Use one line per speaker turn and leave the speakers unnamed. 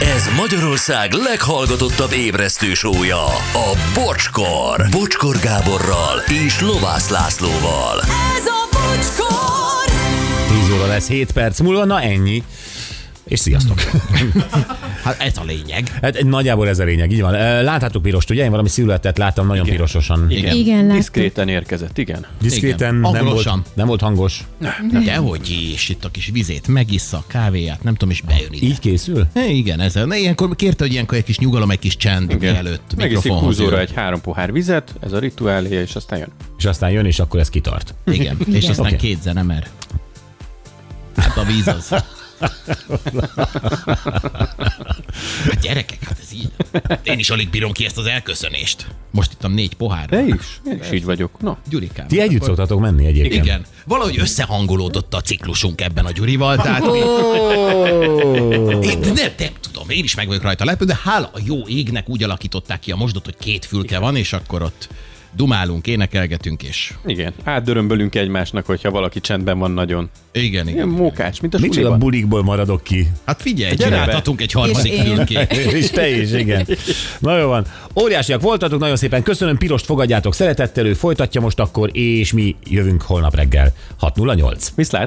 Ez Magyarország leghallgatottabb ébresztő sója, a Bocskor. Bocskor Gáborral és Lovász Lászlóval.
Ez a bocskor!
10 óra lesz 7 perc múlva, na ennyi. És sziasztok!
Hát ez a lényeg.
Hát nagyjából ez a lényeg, így van. Ö, Láthattuk pirost, ugye? Én valami születet láttam nagyon Igen. pirososan. Igen.
Igen, láttam.
Diszkréten érkezett, igen.
Diszkréten
Igen.
nem,
Hangosan.
volt, nem volt hangos.
Dehogy is, itt a kis vizét megissza, a kávéját, nem tudom, és bejön ide.
Így készül?
E, Igen, ezzel. Na, ilyenkor kérte, hogy ilyenkor egy kis nyugalom, egy kis csend Igen. előtt.
Megiszik
mikrofonhoz
húzóra
jön.
egy három pohár vizet, ez a rituáléja, és aztán jön.
És aztán jön, és akkor ez kitart.
Igen, és aztán
Oké.
okay. két zene, mert hát a víz az. Hát gyerekek, hát ez így. Én is alig bírom ki ezt az elköszönést. Most ittam négy pohár.
De is? Én is így vagyok. Na,
Gyurikám.
Ti együtt szoktatok menni egyébként.
Igen. Valahogy összehangolódott a ciklusunk ebben a Gyurival, tehát én, de nem, nem tudom, én is meg vagyok rajta lepő, de hála a jó égnek úgy alakították ki a mosdot, hogy két fülke van, és akkor ott dumálunk, énekelgetünk, és
igen. Átdörömbölünk egymásnak, hogyha valaki csendben van nagyon.
igen,
Ilyen
igen.
mókás, mint a
Micsoda
suliban.
bulikból maradok ki?
Hát figyelj,
Gyere be.
csináltatunk egy harmadik
És én.
fülkét.
És te is, igen. Na jó van. Óriásiak voltatok, nagyon szépen köszönöm. Pirost fogadjátok szeretettel, ő folytatja most akkor, és mi jövünk holnap reggel 6.08.
Viszlát!